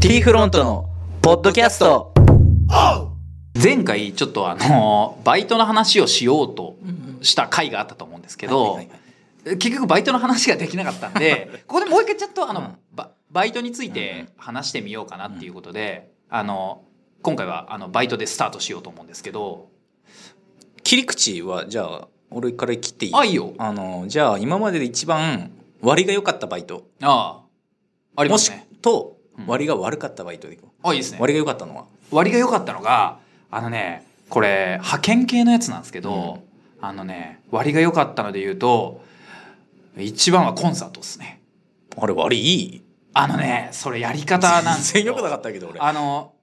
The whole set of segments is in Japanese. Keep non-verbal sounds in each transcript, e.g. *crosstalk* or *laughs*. T フロントのポッドキャスト前回ちょっと *laughs* あのバイトの話をしようとした回があったと思うんですけどはいはい結局バイトの話ができなかったんでここでもう一回ちょっとあの、ババイトについて話してみようかなっていうことで、あの今回はあのバイトでスタートしようと思うんですけど切り口はじゃあ俺から切っていいあいいよあのじゃあ今までで一番割が良かったバイトああありもますしねとうん割が悪かったバイトでいこうあいいですね割が良かったのは割が良かったのがあのねこれ派遣系のやつなんですけど、あのね割が良かったので言うと一番はコンサートですねあれ割いいあのねそれやり方なんです全然良くなかったけど俺あの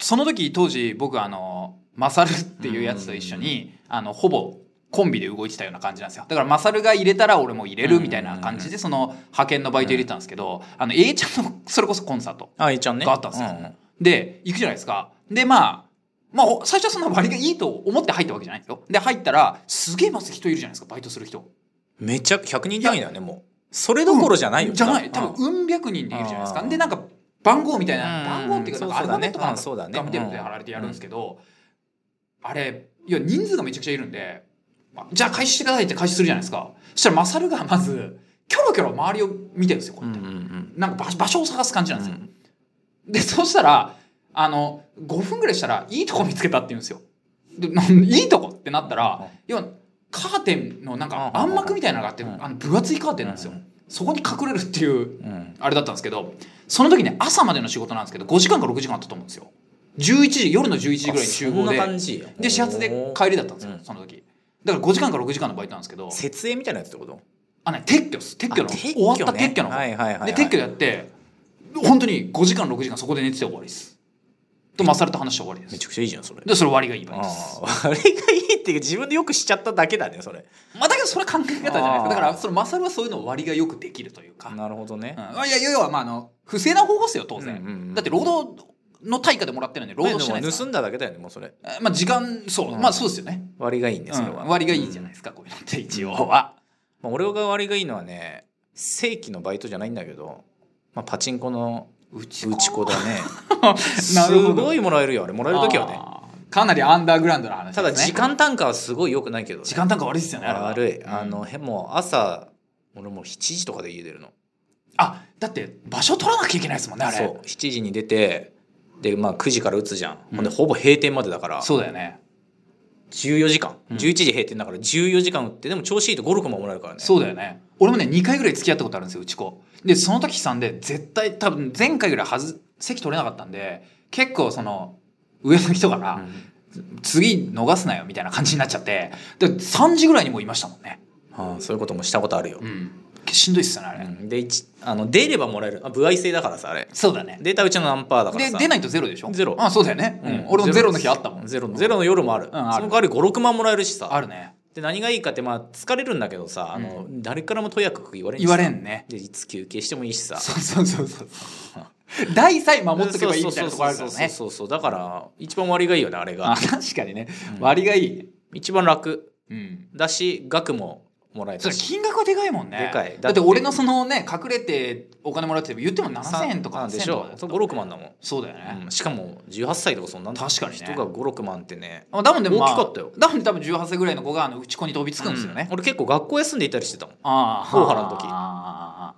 その時当時僕あのマサルっていうやつと一緒に、あのほぼコンビで動いてたような感じなんですよだからマサルが入れたら俺も入れるみたいな感じでその派遣のバイト入れてたんですけど、あの A ちゃんのそれこそコンサートあいちゃんねがあったんですよううで、行くじゃないですか。で、まあ、まあ、ほ最初はそんな割がいいと思って入ったわけじゃないんですよ。で、入ったら、すげえまず人いるじゃないですか、バイトする人。めちゃ100人単位だよねもうそれどころじゃないよ、じゃない。多分分、うん百人でいるじゃないですうか。んで、なんか、番号みたいな、うん番号っていうか、なんかアそうルフだァベねットかなんうんそうだかねが見てるんで貼られてやるんですけど、あれ、いや、人数がめちゃくちゃいるんで、まあじゃあ開始してくださいって開始するじゃないですか。そしたら、マサルがまず、キョロキョロ周りを見てるんですよ、こうやって。なんか場場所を探す感じなんですよ。で、そうしたら、あの、5分ぐらいしたら、いいとこ見つけたって言うんですよ。で、なんいいとこってなったうんら、要は、カーテンのなんか暗幕みたいなのがあって、うんあの分厚いカーテンなんですようん。そこに隠れるっていう、うんあれだったんですけど、その時ね、朝までの仕事なんですけど、5時間か6時間あったと思うんですよ。11時、夜の11時ぐらいに集合あそんでな、感じで、始発で帰りだったんですよう、んその時。だから5時間か6時間のバイトなんですけど、設営みたいなやつってことあ、ね、撤去っす。撤去の、あ撤去ね終わった撤去の。はいはいはいはいで、撤去やって、本当に5時間、6時間そこで寝てて終わりです。と、マサルと話して終わりでめちす。ゃくちゃいいじゃんそれで、それ割がいい場合あです。ああれがいいっていうか自分でよくしちゃっただけだねそれまあ、だけどそれは考え方じゃないですあか。ーだから、そのマサルはそういうのを割がよくできるというか。うん、なるほどね、あいや、要は、まあ、あの、不正な方法ですよ、当然。うんうんうんだって、労働の対価でもらってるんで、労まあ働してないででもす盗かんだだけだよねもうそれら。えまあ、時間、そう、うんまあ、そうですよね。割がいいねそれは、うん割がいいじゃないですか、こういうのって、一応は。まあ、俺が割がいいのはね正規のバイトじゃないんだけど、まあ、パチンコのうち打ち子だ *laughs* ねなするほどごいもらえるよあれもらえる時はねね。かなりアンダーグラウンドの話ですたね。だ時間単価はすごい良くないけどね、時間単価悪いですよね。あれは悪いうんあの、へもう朝俺もう7時とかで家出るのあ、だって場所取らなきゃいけないですもんね、あれ。そう7時に出てでまあ9時から打つじゃん、うんほんでほぼ閉店までだからそうだよね。 14時間、うん11時閉店だから14時間打ってでも調子いいと5 6ももらえるからねそうだよね。俺もね、2回ぐらい付き合ったことあるんですよ、うち子。で、その時さんで、絶対、多分前回ぐらいはず、席取れなかったんで、結構その、上の人から、ん次逃すなよ、みたいな感じになっちゃって、で、3時ぐらいにもういましたもんね。ああそういうこともしたことあるよう、ん。しんどいっすよね、あれ。うんで一あの出ればもらえるあ歩合制だからさあれそうだね。データうちの何パーだからで、さ出ないとゼロでしょゼロあ、そうだよね。うん。俺もゼロの日あったもん。ゼロゼロの夜もある、んあるその代わり56万もらえるしさあるね。で何がいいかってまあ疲れるんだけどさ、あの誰からもとやかく言われんし言さわれんね。でいつ休憩してもいいしさそうそうそうそう。 *laughs* 第さえ守っとけばいいみたいなとこあるからそうそうね。そうそうそうだから一番割がいいよねあれあが確かにね、割がいいね。一番楽うん。だし額ももらえたそれし金額はでかいもんね。でかいだってだって俺のそのね、隠れてお金もらってても言っても7000円とかさんでし8000円とかょだった56万だもん、そうだよね。うんしかも18歳とかそんなんだ確かにね人が56万ってねあだもんでも、まあ、大きかったよだもんで多分18歳ぐらいの子があのうち子に飛びつくんですよね。うん俺結構学校休んでいたりしてたもんああ。大原の時あ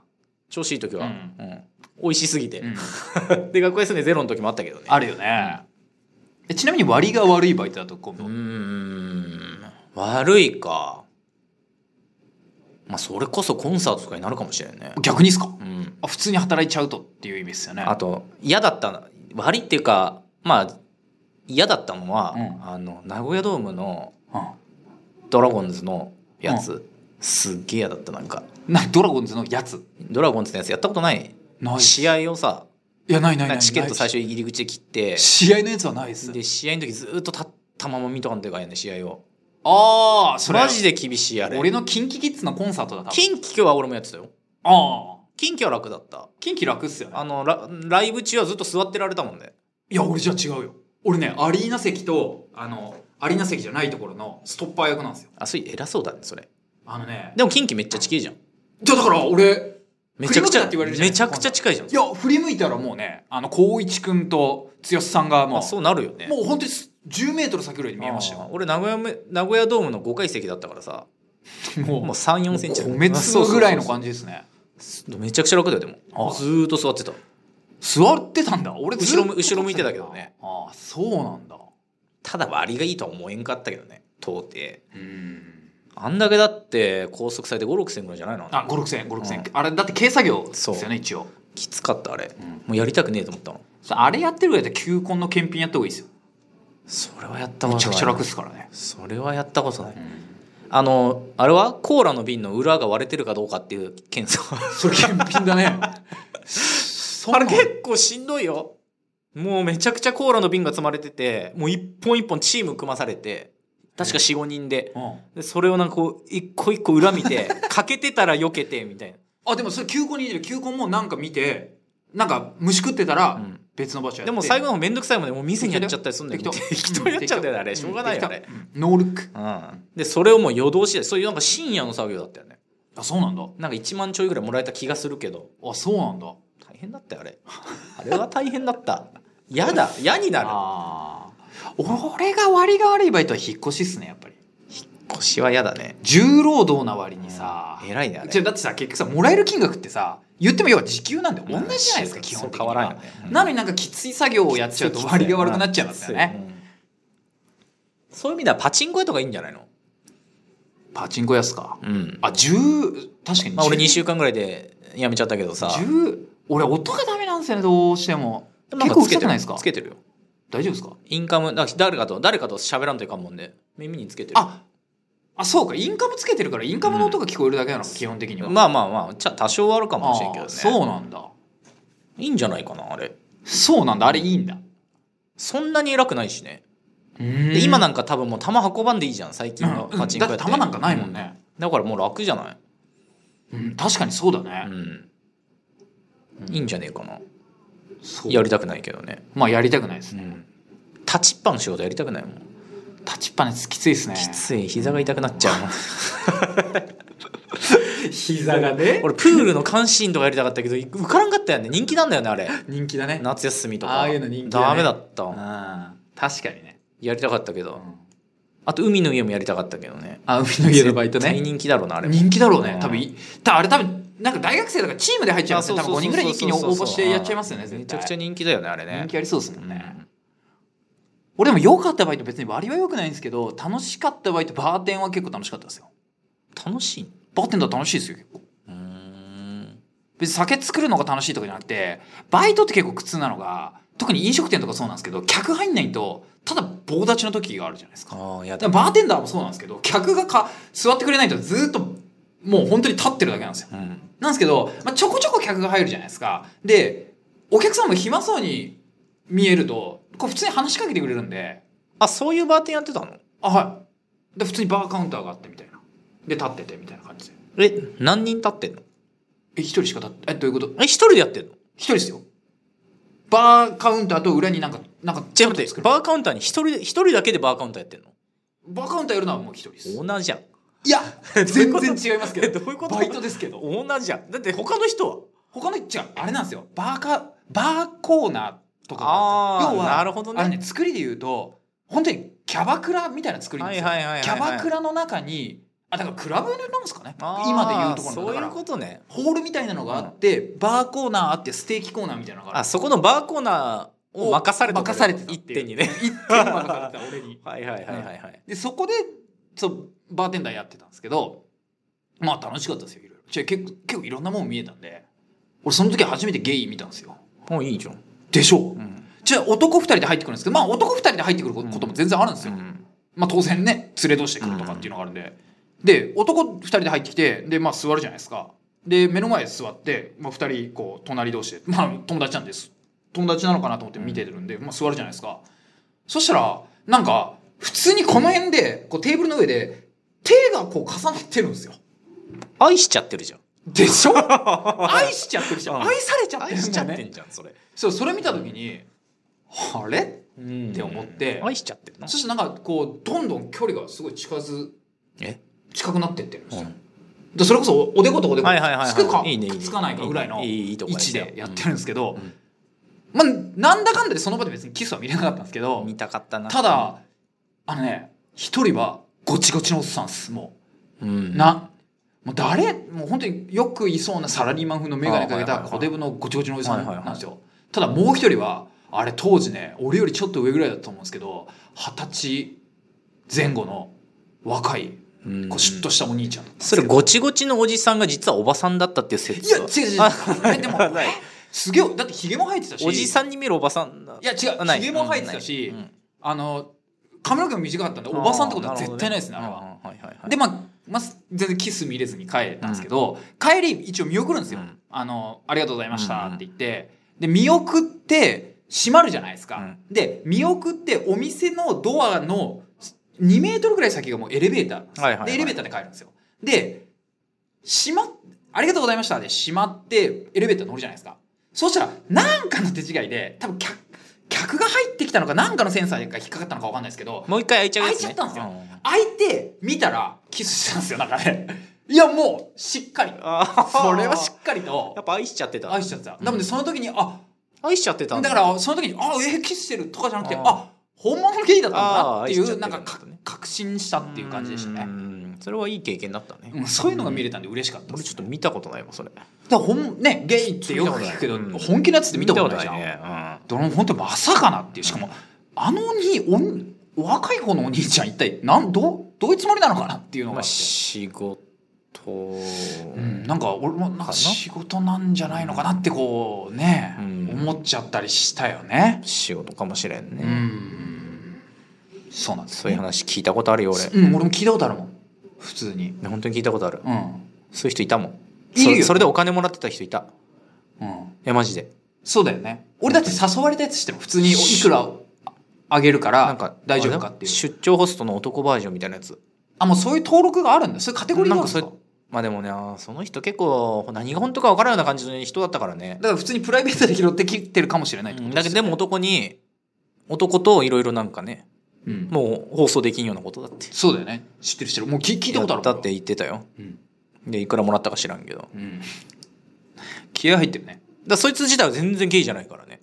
調子いい時は、ううんん美味しすぎて、ーう *laughs* んで学校休んでゼロの時もあったけどねあるよね。えちなみに割が悪いバイトだと今う度。ーん悪いかまあそれこそコンサートとかになるかもしれんね逆にっすかうんあ普通に働いちゃうとっていう意味ですよね。あと嫌だったの悪いっていうかまあ嫌だったのは、うんあの名古屋ドームのうドラゴンズのやつ、すっげえ嫌だったなんかん、なドラゴンズのやつ。ドラゴンズのやつやったことないないっす試合をさいや、ないないななんい。かチケット最初初。入り口で切って試合のやつはないです。で試合の時ずっと立ったまま見とかんというかんやね試合をああ、それ。マジで厳しいあれ俺のキンキキッズのコンサートだった。近畿は俺もやってたよああ。近畿は楽だった近畿楽っすよねあのラライブ中はずっと座ってられたもんねいや俺じゃ違うよ俺ねアリーナ席とあのアリーナ席じゃないところのストッパー役なんですよあそれ偉そうだねそれあのねでも近畿めっちゃ近いじゃんじゃあだから俺めちゃくち振り向くなっゃて言われるじゃなめいでちすかゃくちゃ近いじゃんいや振り向いたらもうねあの光一君と剛さんがもまあ、う,、そうなるよねもう本当に10メートル先ぐらいに見えましたあーよ俺名古屋め名古屋ドームの5階席だったからさももう34センチ米粒ぐらいの感じですねじめちゃくちゃ楽だよでもあーずーっと座ってた座ってたんだ俺ずっと後ろ後ろ向いてたけどねああそうなんだただ割がいいとは思えんかったけどね到底うんあんだけだって拘束されて5 6千ぐらいじゃないのあ五56000円56000円、うんあれだって軽作業ですそようね一応きつかったあれ、んもうやりたくねえと思ったのさあれやってるぐらいだったら球根の検品やった方がいいですよそれはやったことないめちゃくちゃ楽ですからね、それはやったことない、うんあのあれはコーラの瓶の裏が割れてるかどうかっていう検査それ検品だねそあんなれの結構しんどいよもうめちゃくちゃコーラの瓶が積まれててもう一本一本チーム組まされて確か45人でうんでそれをなんかこう一個一個裏見 *laughs* て欠けてたら避けてみたいなあでもそれ球根に入れる球根もなんか見てなんか虫食ってたらうん別の場所やって、でも最後の方めんどくさいもんねもう店にやっちゃったりすんだよ適当 *laughs* 適当やっちゃうんだよねあれしょうがないよあれ適当うんノールックうんでそれをもう夜通しでそういうなんか深夜の作業だったよねあそうなんだなんか1万ちょいぐらいもらえた気がするけどあそうなんだ大変だったよあ *laughs* れあれは大変だった嫌だ嫌になるああ俺が割が悪いバイトは引っ越しっすねやっぱり腰は嫌だね重労働な割にさ、偉いねあれじゃあだってさ結局さもらえる金額ってさ言っても要は時給なんだよ同じじゃないですか、うん基本的にそう変わらんよねうんなのになんかきつい作業をやっちゃうと割が悪くなっちゃいますよね、うんそういう意味ではパチンコ屋とかいいんじゃないのパチンコ屋っすかうんあ10確かにまあ俺2 10週間ぐらいで辞めちゃったけどさ10俺音がダメなんですよねどうしてもでもんか結構うつるけてさるくないですかつけてるよ大丈夫ですかインカムだから誰かと誰かと喋らんといかんもんで耳につけてるああそうかインカムつけてるからインカムの音が聞こえるだけなのか、基本的にはまあまあまあじゃあ多少はあるかもしれんけどあねそうなんだいいんじゃないかなあれそうなんだあれいいんだそんなに偉くないしねで今今なんか多分もう球運ばんでいいじゃん最近のうん、だパっチてンコ屋って玉なんかないもんね、だからもう楽じゃないうん、確かにそうだねう、んいいんじゃねえかなそうやりたくないけどねまあやりたくないですね、立ちっぱの仕事やりたくないもん立ちっぱねきついですねきつい膝が痛くなっちゃうもん *laughs* 膝がね俺プールの監視員とかやりたかったけど受からんかったよね人気なんだよねあれ人気だね夏休みとかああいうの人気だねダメだったわあ確かにね、やりたかったけうどんあと海の家もやりたかったけどねあ海の家のバイト大ね人気だろうなあれも人気だろうねうん多分いたあれ多分なんか大学生だからチームで入っちゃいあますそうよ多分そうそうそう5人ぐらい一気に応募してやっちゃいますよねめ絶ちゃ対くちゃ人気だよねあれね人気ありそうですもんね、うん俺でも良かったバイト別に割は良くないんですけど楽しかったバイトバーテンは結構楽しかったですよ楽しいバーテンダー楽しいですよ結構うーん別に酒作るのが楽しいとかじゃなくてバイトって結構苦痛なのが特に飲食店とかそうなんですけど客入んないとただ棒立ちの時があるじゃないですかああやだだからバーテンダーもそうなんですけど客がか座ってくれないとずっともう本当に立ってるだけなんですようんなんですけど、まあ、ちょこちょこ客が入るじゃないですかでお客さんも暇そうに見えるとこう普通に話しかけてくれるんであそういうバーテンやってたのあはいで普通にバーカウンターがあってみたいなで立っててみたいな感じでえ何人立ってんのえ一人しか立ってえどういうことえ一人でやってんの一人ですよバーカウンターと裏になんかなんかじゃあ待っ作てるババーカウンターに一人で一人だけでバーカウンターやってんのーカウンターやるのはもう一人ですオーナー *laughs* じゃんいや全どういうこと然違いますけえ *laughs* どどういうことバイトですけどオーナーじゃんだって他の人は他の違うあれなんですよバーカバーコーナーとかがあってあー要はなるほどねあれね作りで言うと本当にキャバクラみたいな作りなんですよ、はいはいはいはいはいキャバクラの中にあだからクラブなんですかねあー今で言うところのだそうかいうらことねホールみたいなのがあって、バーコーナーあってステーキコーナーみたいなのがああるそこのバーコーナーを任されて任されてたっ一ていう点に *laughs* ね一点に任されてた俺にはいはいはいはいはいでそこでそうバーテンダーやってたんですけどまあ楽しかったですよいろいろじゃあ結構結構いろんなもん見えたんで俺その時初めてゲイ見たんですよもういいじゃんでしょううんじゃあ男2人で入ってくるんですけどまあ男2人で入ってくるこうんことも全然あるんですよ、まあ当然ね連れ同士で来るとかっていうのがあるんで、で男2人で入ってきてでまあ座るじゃないですかで目の前座って、まあ、2人こう隣同士でまあ友達なんです友達なのかなと思って見てるんで、まあ、座るじゃないですかそしたらなんか普通にこの辺でこうテーブルの上で手がこう重なってるん *laughs* ですよ愛しちゃって *laughs* るじゃんでしょ愛しちゃってるじゃんうん愛されちゃって愛るしんちゃだってんねじゃんそれそうそれ見た時にあれって思って愛しちゃってるなそしてなんかこうどんどん距離がすごい近づえ近くなってってるんですよ、うんでそれこそおでことおでこはいはいはいはいつくかいいねいいねつかないかぐらいいのいいいいいとこ位置でやってるんですけどうん、まあ、なんだかんだでその場で別にキスは見れなかったんですけど、見たかったなただ、あのね、一人はごちごちのおっさんっす、もうんう。な、もう誰、もう本当によくいそうなサラリーマン風の眼鏡かけあはいたはいはい小デブのごちごちのおじさんはいはいはいなんですよ。ただもう一人は、あれ当時ね、俺よりちょっと上ぐらいだったと思うんですけど、二十歳前後の若うい、んこうシュッとしたお兄ちゃんだったんでそすけどれごちごちのおじさんが実はおばさんだったっていうい説や、は違う違う違うあ。えでも、えすげえ、だってヒゲも生えてたし。おじさんんに見えるおばさんいや、違なう、ヒゲも生えてたし、うんないあの、髪の毛も短かったんで、うんおばさんってことは絶対ないですね、あなれるはほど。ねうんうんはいはいはいでまあまず全然キス見れずに帰ったんですけど、帰り一応見送るんですよ、うんあの「ありがとうございました」うんうんって言ってで見送って閉まるじゃないですか、うんで見送ってお店のドアの2メートルぐらい先がもうエレベーターなんですよ、はいはいはいでエレベーターで帰るんですよで閉まっありがとうございましたで閉まってエレベーター乗るじゃないですかそうしたらなんかの手違いで多分客客が入ってきたのかなんかのセンサーが引っかかったのかわかんないですけどもう一回開いちゃうやつね開いちゃったんですよう開いて見たらキスしたんですよ中でいやもうしっかりあーそれはしっかりとやっぱ愛しちゃってた愛しちゃってたうんなのでその時にあ愛しちゃってたんだからその時にあえーキスしてるとかじゃなくてあーあ本物のゲイだったんだなってあー愛しいちゃっうてなたんんだかねか確信したっていう感じでしたうねんそれはいい経験だったねうんそういうのが見れたんで嬉しかったで俺すちょっと見たことないわそれだからほんねゲイってよく聞くけど見たことないうん本気のやつって見たことないじゃんねうんで俺も本当まさかなっていうしかもあのにおん若い方のお兄ちゃん一体なんどうどういうつもりなのかなっていうのまがあ、あって仕事、ううん、なんか俺もなんかかな仕事なんじゃないのかなってこうね、うん思っちゃったりしたよね。仕事かもしれんね、うん、そうなんですそういう話聞いたことあるよ俺、俺、うん、俺も聞いたことあるもん普通に。本当に聞いたことある、うんそういう人いたもんいそるよれそれでお金もらってた人いたうん、いやマジでそうだよね俺だって誘われたやつしても普通にいくらあげるかなんらか大丈夫かっていあれう出張ホストの男バージョンみたいなやつあもうそういう登録があるんだそういうカテゴリーがなあるんんかですそかれまあでもねあーその人結構何が本当か分からんような感じの人だったからねだから普通にプライベートで拾ってきてるかもしれないってうこんとだでけすどよでも男に男といろいろなんかねうんもう放送できんようなことだってそうだよね知ってる知ってるもう聞聞いたことあるやったって言ってたようんでいくらもらったか知らんけどだかうん、気合入ってるねらそいつ自体は全然ゲイじゃないからね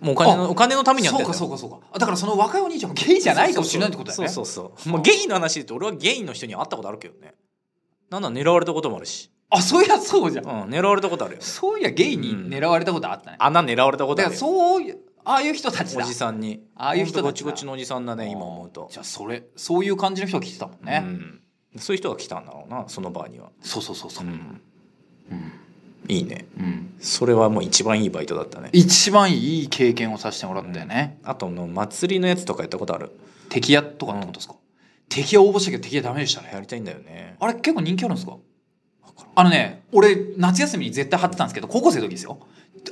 もうお金あのお金のためにやってそうかそうかそうかあだからその若いお兄ちゃんもゲイじゃないかもしれないってことだよねそうそうそう、まあ、ゲイの話で言うと俺はゲイの人に会ったことあるけどねなんだ狙われたこともあるし、あそういやそうじゃうんん、狙われたことあるよそういやゲイに狙われたことあったね、穴狙われたことだあかるらよそういうああいう人たちおだじさんにああいう人たちだほんとごちごちのおじさんだね今思うとじゃあそれそういう感じの人が来てたもんね、うん、そういう人が来たんだろうなその場には、そうそうそうそうう、ん、うんいいねうんそれはもう一番いいバイトだったね一番いい経験をさせてもらったよね、あとの祭りのやつとかやったことある敵屋とかってことですか、敵屋応募したけど敵屋ダメでしたやねりたいんだよねあれ結構人気あるんですかあのね俺夏休みに絶対貼ってたんですけど高校生の時ですよ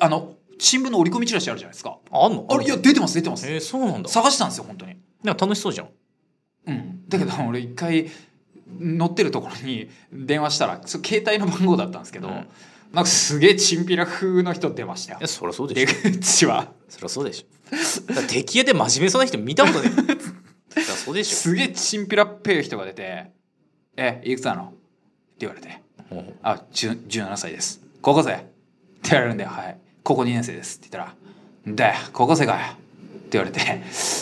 あの新聞の折り込みチラシあるじゃないですかあんのあれいや出てます出てますえー、そうなんだ探したんですよ本当になんか楽しそうじゃんうん、だけど *laughs* 俺一回乗ってるところに電話したらそう携帯の番号だったんですけど、うんなんかすげえチンピラ風の人出ましたよいやそりゃそうで *laughs* 出しょ口はそりゃそうでしょだから敵屋で真面目そうな人見たことないそりゃそうでしすげえチンピラっぺい人が出て「えいくつなの?」って言われてょもう「あ十17歳です高校生?」って言われるんで「はい高校2年生です」って言ったら「で高校生かよ」って言われて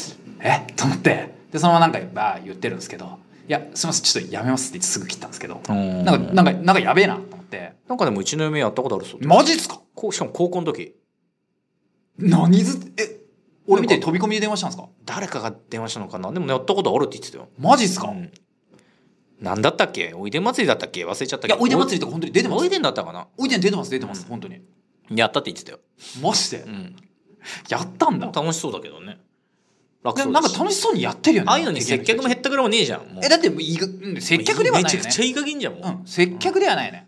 「えと思ってでそのままなんかバー言ってるんですけど「いやすいませんちょっとやめます」って言ってすぐ切ったんですけどうんなんか、なんか、なんかやべえなと思って。なんかでもうちの嫁やったことあるそうマジっすかこうしかも高校の時何ず、え、俺みたいに飛び込みで電話したんですか誰かが電話したのかなでもやったことあるって言ってたよマジっすか、ういんなんだったっけおいで祭りだったっけ忘れちゃったけどや、おいで祭りとか本当に出てます。おいでんだったかなおいでん出てます、出てます、本当に。やったって言ってたよ、マジでう。ん、やったんだ。楽しそうだけどね楽でそもうなだんしか楽しそうにやってるよね。ああいうのに接客も減っったくれもねえじゃんもうえ、だってもういいが、うん接客ではないめちよねゃく。ちゃいい加減じゃんもう、うん、接客ではないね。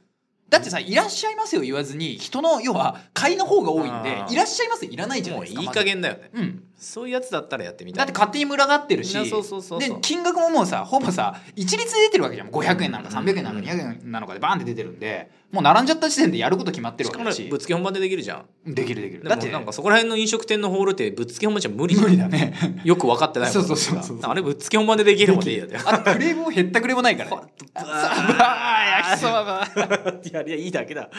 だってさ、いらっしゃいますよ言わずに、人の、要は、買いの方が多いんあで、ーいらっしゃいますいらないじゃないもうでいすか。い加減だよねまず。うん。そういうやつだったらやってみたいだって勝手に群がってるしいやそうそうそうそうで金額ももうさほぼさ一律で出てるわけじゃん500円なのか300円なのか200円なのかでバーンって出てるんでもう並んじゃった時点でやること決まってるしわかけもだしぶっつけ本番でできるじゃんできるできるだだっっててなんかそこら辺の飲食店のホールってぶっつけ本番じゃ無理じゃん無理だね *laughs* よく分かってないもんそうそうそうそうなんかあれぶっつけ本番でできるもんでいいよねあとクレームも減ったくれもないからねああ焼きそばばいやいやいいだけだ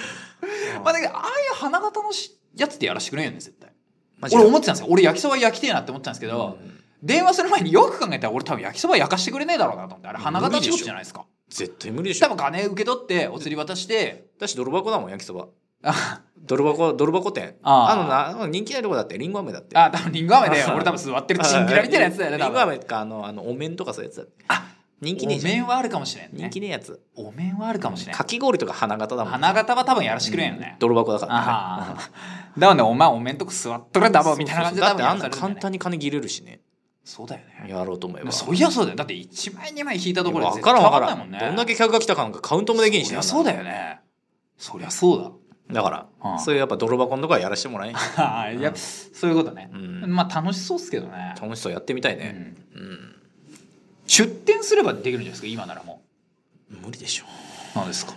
まあだけどああいう花形のしやつってやらしてくれんよね絶対マジで俺思ってたんですよ俺焼きそば焼きてえなって思ってたんですけど、うん電話する前によく考えたら俺多分焼きそば焼かしてくれねえだろうなと思ってあれ花形仕事じゃないですか絶対無理でし多ょ分金受け取ってお釣り渡してだし泥箱だもん焼きそばあ泥箱泥箱店あーあのなあの人気ないとこだってりんご飴だってあ多分リンゴ飴で俺多分座ってるチンピラみたいなやつだよねりん多ご分飴かあのあのお面とかそういうやつだってあ人気ねえおじゃん面はあるかもしれん人ね気ねえやつお面はあるかもしれんかき氷とか花形だもん花形は多分やらしてくれんよね、泥箱だから *laughs* ああだからねお前お面とこ座っとれダボみたいな感じでだ多って分あやんらなされるんだよ簡ね単に金切れるしねそうだよねやろうと思えでもばそういやそうだよだって1枚2枚引いたところで分からん分からないんもんねどんだけ客が来たかなんかカウントもできんしねそりゃそうだよねそりゃそうだだから、うんそういうやっぱ泥箱のとこはやらしても *laughs* らえんああいやそういうことね、うんまあ楽しそうっすけどね、楽しそうやってみたいうね、ん、うん出店すればできるんじゃないですか今ならも無理でしょう何ですか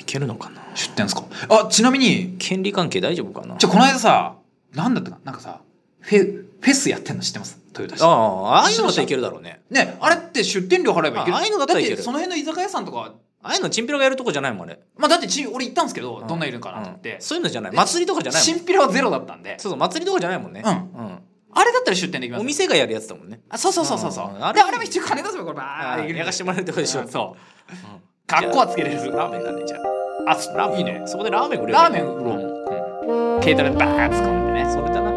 いけるのかな出店ですかあちなみに権利関係大丈夫かなじゃあこの間さなんだったかなんかさフェフェスやってんの知ってますトヨタ市ああああいうのだっていけるだろうねねあれって出店料払えばいけるあああいうのだったらいけるってその辺の居酒屋さんとかああいうのチンピラがやるとこじゃないもんあれまあだってち俺行ったんですけど、どんないるのかなと思っうてん、そういうのじゃないえ祭りとかじゃないもん新ピラはゼロだったんでそうそう祭りとかじゃないもんね、うんあれだったら出店できますお店がやるやつだもんねあそうそうそうそうそううんでああれれも一応金出せばこれバーできるやかしてもらえるってことでしょうんそううん格好はつけれるラーメンだねじゃあそあラーメンいいねそこでラーメン売ればいラーいメン売ろう、うん、軽トラでバーッ突っ込んでねそれだな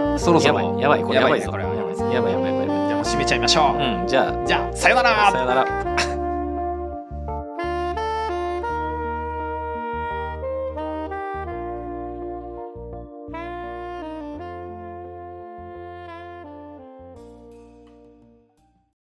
あらそろそやろばいやばいこれやばいねぞこれはやばいですやばいやばいやばいじゃあもう締めちゃいましょう、うんじゃじゃあさようならあさよならあ